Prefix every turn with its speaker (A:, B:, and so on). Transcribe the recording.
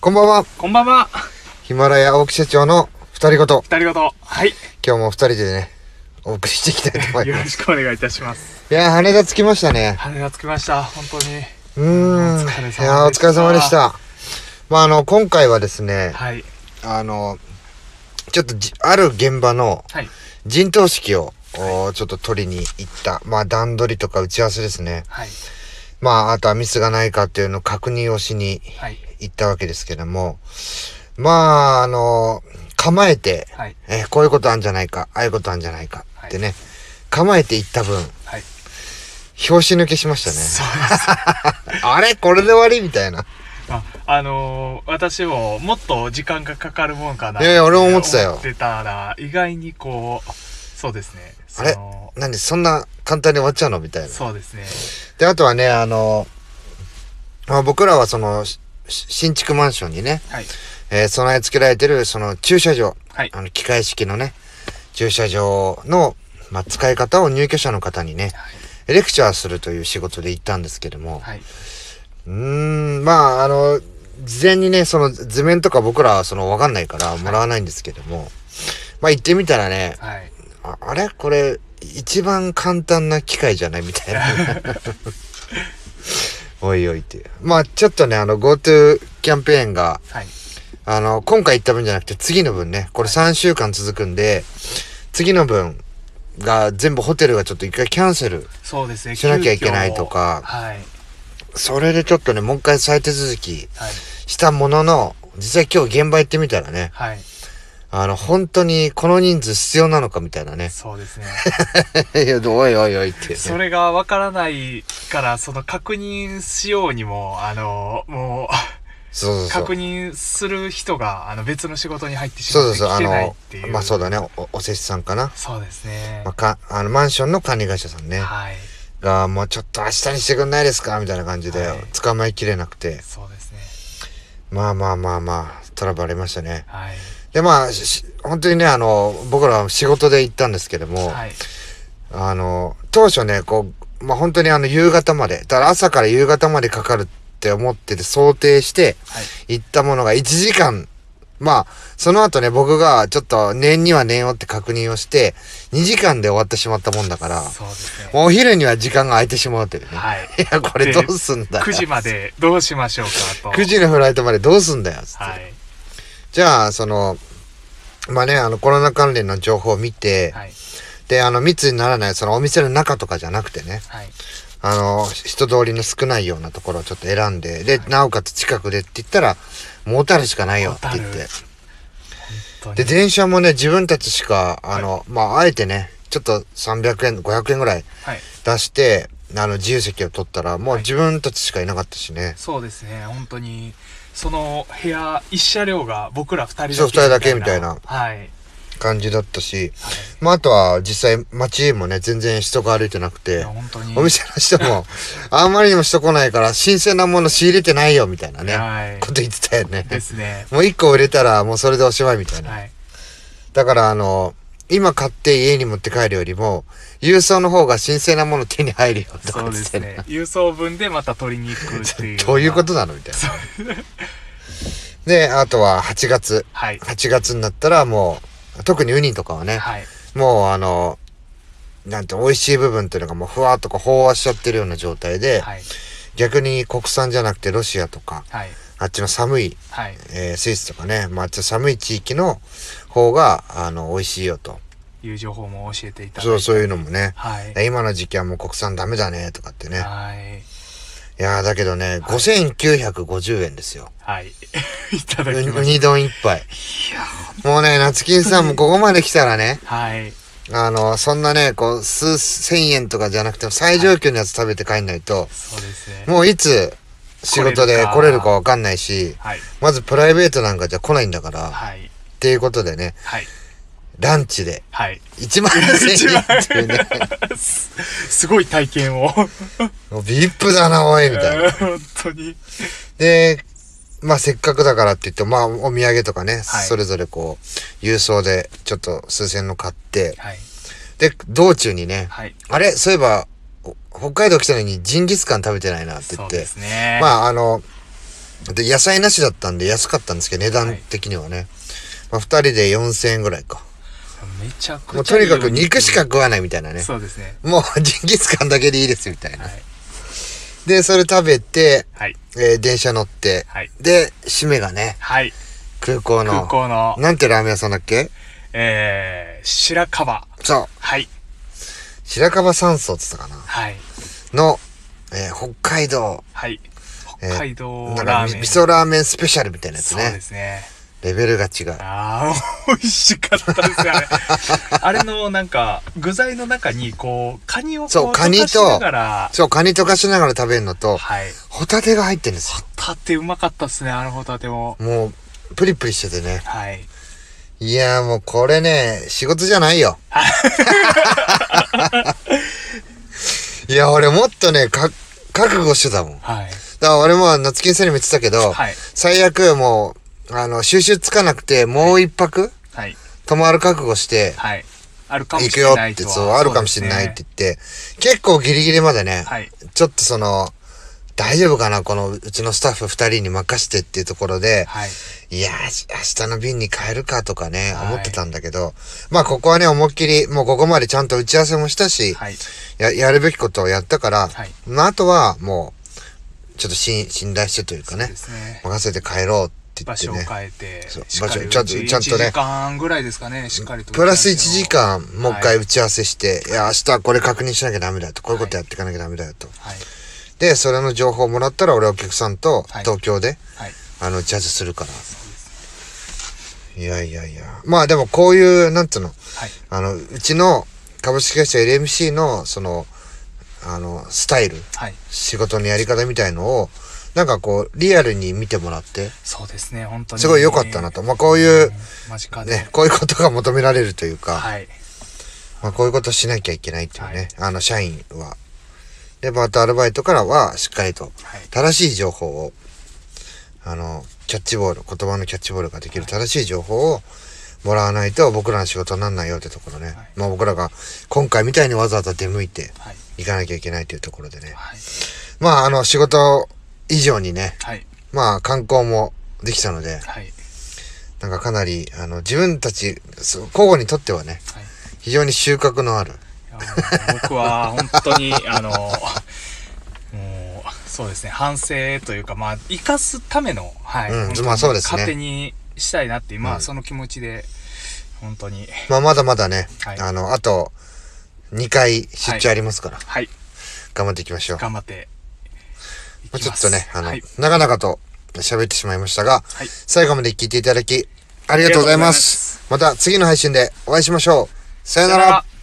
A: こんばんは。
B: こんばんは。
A: ヒマラヤ青木社長の二人ごと。
B: 二人ごと。はい。
A: 今日も二人でね、お送りしていきたいと思い
B: よ
A: ま
B: ろ
A: す。
B: しくお願いいたします。
A: いやー、羽田着きましたね。
B: 羽がつきました。本当に。
A: うーん。い
B: お疲れ様でした
A: やー、お疲れ様でした。まあ、あの、今回はですね、
B: はい。
A: あの、ちょっとじ、ある現場の
B: はい。
A: 陣頭指揮を、おーちょっと取りに行った。まあ、段取りとか打ち合わせですね。
B: はい。
A: まあ、あとはミスがないかっていうのを確認をしに
B: はい。
A: 行ったわけですけども、まあ、あの、構えて、
B: はい。
A: えーこういうことあんじゃないか、ああいうことあんじゃないかってね、構えていった分、
B: はい。
A: 拍子抜けしましたね。
B: そうです。
A: あれこれで終わりみたいな。
B: あ、あのー私ももっと時間がかかるもんかな。
A: いやいや俺も思ってたよ
B: 思ってたら、意外にこう、そうですね。
A: あれ
B: その
A: なんでそんな簡単に終わっちゃうのみたいな。
B: そうですね。
A: で、あとはね、あの、まあ、僕らはその、しし新築マンションにね、
B: はい。
A: えー備え付けられてるその駐車場、
B: はい。
A: あの、機械式のね、駐車場の、まあ、使い方を入居者の方にね、レクチャーするという仕事で行ったんですけども、
B: はい。
A: うーん、まあ、あの、事前にね、その図面とか僕らはそのわかんないからもらわないんですけども、まあ行ってみたらね、
B: はい。
A: ああれこれ一番簡単な機械じゃないみたい な。おいおいっていう。まあちょっとね、あの GoTo キャンペーンが、
B: はい。
A: あの、今回行った分じゃなくて次の分ね、これ3週間続くんで、次の分が全部ホテルがちょっと一回キャンセル。
B: そうですね。
A: しなきゃいけないとか
B: 急遽はい。
A: それでちょっとね、もう一回再手続き
B: はい。
A: したものの、実際今日現場行ってみたらね、
B: はい。
A: あの、本当にこの人数必要なのかみたいなね。
B: そうです ね。
A: いや、おいおいおいって、ね。
B: それがわからないから、その確認しようにも、あの、も
A: そうそう
B: う、
A: そう。
B: 確認する人が、あの、別の仕事に入ってし
A: そう
B: ま
A: そ
B: っ
A: うそ
B: て
A: う、あ
B: 来てないっ
A: の
B: てい、う。
A: まあそうだね、お、お施主さんかな。
B: そうですね
A: まあ、。か、あの、マンションの管理会社さんね。
B: はい。
A: が、もうちょっと明日にしてくんないですかみたいな感じで
B: はい、
A: 捕まえきれなくて。
B: そうですね。
A: まあまあまあまあ、トラブルありましたね。
B: はい。
A: で、まあ、し本当にね、あの、僕らは仕事で行ったんですけども、
B: はい。
A: あの、当初ね、こう、まあ本当にあの、夕方まで、だから朝から夕方までかかるって思ってて、想定して、
B: はい。
A: 行ったものが1時間。まあ、その後ね、僕がちょっと念には念をって確認をして、2時間で終わってしまったもんだから、
B: そうですね。
A: もうお昼には時間が空いてしまうというね。
B: はい。
A: いや、これどうすんだよ。
B: 9時までどうしましょうかと。
A: 9時のフライトまでどうすんだよ。つって
B: はい。
A: じゃあ、その、まあね、あの、コロナ関連の情報を見て、
B: はい。
A: で、あの、密にならない、そのお店の中とかじゃなくてね、
B: はい。
A: あの、人通りの少ないようなところをちょっと選んで、で、なおかつ近くでって言ったら、もう小樽しかないよって言っ
B: 小
A: て
B: 樽。本当
A: で、
B: に。
A: 電車もね、自分たちしか、あの、まあ、あえてね、ちょっと300円、500円ぐらい
B: はい。
A: 出して、あの、自由席を取ったら、もう
B: はい
A: 自分たちしかいなかったしね。
B: そうですね。本当に。その部屋、一車両が僕ら二人だけ。
A: そう二人だけみたいな
B: はい。
A: 感じだったし、まあ、あとは実際街もね、全然人が歩いてなく
B: い
A: て
B: や、本当に。
A: お店の人も、あんまりにも人来ないから、新鮮なもの仕入れてないよ、みたいなね、
B: はい
A: こ。と言ってたよね。
B: ですね。
A: もう一個売れたら、もうそれでおしまいみたいな。
B: はい。
A: だからあの、今買って家に持って帰るよりも、郵送の方が新鮮なもの手に入るよとか
B: そう
A: 言っ
B: で
A: て
B: すね。郵送分でまた取りに行くっていう。
A: どういうことなのみたいな。で、あとは8月。
B: はい。
A: 8月になったらもう、特にウニとかはね、
B: はい。
A: もうあの、なんて美味しい部分っていうのがもうふわっとこう飽和しちゃってるような状態で、
B: はい。
A: 逆に国産じゃなくてロシアとか、
B: はい。
A: あっちの寒い、
B: はい。
A: えースイスとかね、まああっちの寒い地域の方が、あの、美味しいよと。
B: いう情報も教えていただいて。
A: そう、そういうのもね。
B: はい。
A: で今の時期はもう国産ダメだねとかってね。
B: はい。
A: いやーだけどね、5950円ですよ。
B: はい。 いただ
A: う
B: きま
A: う
B: し
A: に丼一杯。もうね、夏金さんもここまで来たらね、
B: た。はい。
A: あの、そんなね、こう、数千円とかじゃなくても最上級のやつ食べて帰んないと、
B: そうですね。
A: もういつ仕事で来れるかわかんないし、
B: はい。
A: まずプライベートなんかじゃ来ないんだから、
B: はい。
A: っていうことでね、
B: はい。
A: ランチで
B: はい。
A: 1万1000円っていうね、
B: すすごい体験を。本
A: もう VIP だな、おい、みた いな。
B: 当に。
A: で、まあせっかくだからって言って、まあお土産とかね、
B: はい
A: それぞれこう、郵送でちょっと数千の買って、
B: はい。
A: で、道中にね、
B: はい。
A: あれそういえば、お北海道来たのにジンギスカン食べてないなって言
B: そ
A: っ
B: う
A: て
B: で、すね。あ、
A: まああの、で、野菜なしだったんで安かったんですけど、値段的にはね。まあ、二人で4000円ぐらいか。
B: めちゃ
A: も
B: く
A: う
B: ちゃ
A: と
B: い
A: に
B: い
A: かく肉しか
B: ね
A: 食わないみたいなね。
B: そうですね
A: もうジンギスカンだけでいいですみたいな
B: は。い
A: で、それ食べて、
B: はい
A: えー電車乗って、
B: はい
A: で、締めがね、
B: はい
A: 空港の、
B: 空港の
A: なんてラーメン屋さんだっけ
B: えー、白樺
A: そう、
B: はい
A: 白樺山荘って言ったかな
B: はい
A: の、えー北海道、
B: はい
A: えー
B: 北海道
A: なんか
B: ラー
A: み
B: メン
A: 味噌ラーメンスペシャルみたいなやつ
B: そうで
A: ね。
B: すね
A: レベルが違う。
B: あー美味しかったですね あれあれのなんか具材の中にこうカニをこう
A: そうカニと
B: 溶かしながら
A: そう、カニ溶かしながら食べるのと、
B: はい
A: ホタテが入ってるんです
B: ホタテうまかったっすねあのホタテも
A: よ。もう、プリプリしててね。
B: はい
A: いやーもうこれね、仕事じゃないよ。 いや、俺もっとね、か、覚悟してたもん。だか
B: はい
A: ら俺も夏金さんにも言ってたけど、
B: はい
A: 最悪もう、あの、収集つかなくて、もう一泊、
B: はい
A: 泊まる覚悟して、
B: はいあるかも
A: 行
B: し
A: く
B: れ
A: よ
B: ない
A: って、
B: とは
A: そう、あるかもしれないって
B: そうですね
A: 言って、結構ギリギリまでね、
B: はい
A: ちょっとその、大丈夫かなこの、うちのスタッフ二人に任してっていうところで、
B: はい
A: いやー、し明日の便に変えるかとかね、
B: はい
A: 思ってたんだけど、まあここはね、思いっきり、もうここまでちゃんと打ち合わせもしたし、
B: はい
A: ややるべきことをやったから、
B: はい
A: まああとはもう、ちょっと信信頼してというか
B: そう
A: ね
B: で、すね
A: 任せて帰ろうって言
B: 場
A: って
B: 所を
A: ね。
B: 変えて
A: そう
B: しっかり
A: 場所ちゃんと
B: う
A: ちゃんとね
B: 1時間ぐらいですかねしっかりと
A: プラス1時間、もう一回
B: は
A: 打ち合わせして、い、や、明日はこれ確認しなきゃダメだよと、こういうことやっていかなきゃダメだよと。
B: はい
A: で、それの情報をもらったら、俺はお客さんと
B: はい
A: 東京で、
B: はい
A: あの、打ち合わせするから。
B: そうです
A: いやいやいや。まあでもこういう、なんつうの、
B: はい
A: あの、うちの株式会社 LMC の、その、あの、スタイル、
B: はい
A: 仕事のやり方みたいのを、なんかこう、リアルに見てもらって、
B: そうですね本当に
A: すごい良かったなと。まあこういう、
B: 間近で、
A: ね、こういうことが求められるというか、
B: はい
A: まあ、こういうことしなきゃいけないっていうね、
B: はい
A: あの、社員は。で、またアルバイトからは、しっかりと、
B: はい
A: 正しい情報を、あの、キャッチボール、言葉のキャッチボールができる正しい情報をもらわないと、僕らの仕事にならないよってところね。
B: い
A: まあ、僕らが、今回みたいにわざわざ出向いて、
B: はい
A: 行かなきゃいけないというところでね。
B: はい
A: まあ、あの、仕事以上にね、
B: はい
A: まあ、観光もできたので、
B: はい
A: なんかかなり、あの、自分たち、そう交互にとってはね、
B: はい
A: 非常に収穫のある、
B: いやもう僕は本当 にあのもうそうですね反省というかまあ生かすためのはい、
A: うん
B: 本当に
A: まあそうですね
B: 糧にしたいなって今、
A: うん
B: その気持ちで本当に
A: まあ、まだまだね、
B: はい
A: あの、あと、2回出張ありますから、
B: はい
A: 頑張っていきましょう。ま
B: 頑張ってい
A: あ
B: きます
A: ちょっとね、あの、
B: はい
A: なかなかと喋ってしまいましたが、
B: はい
A: 最後まで聞いていただき、ありがとうございます。また次の配信でお会いしましょう。さよなら。
B: さよなら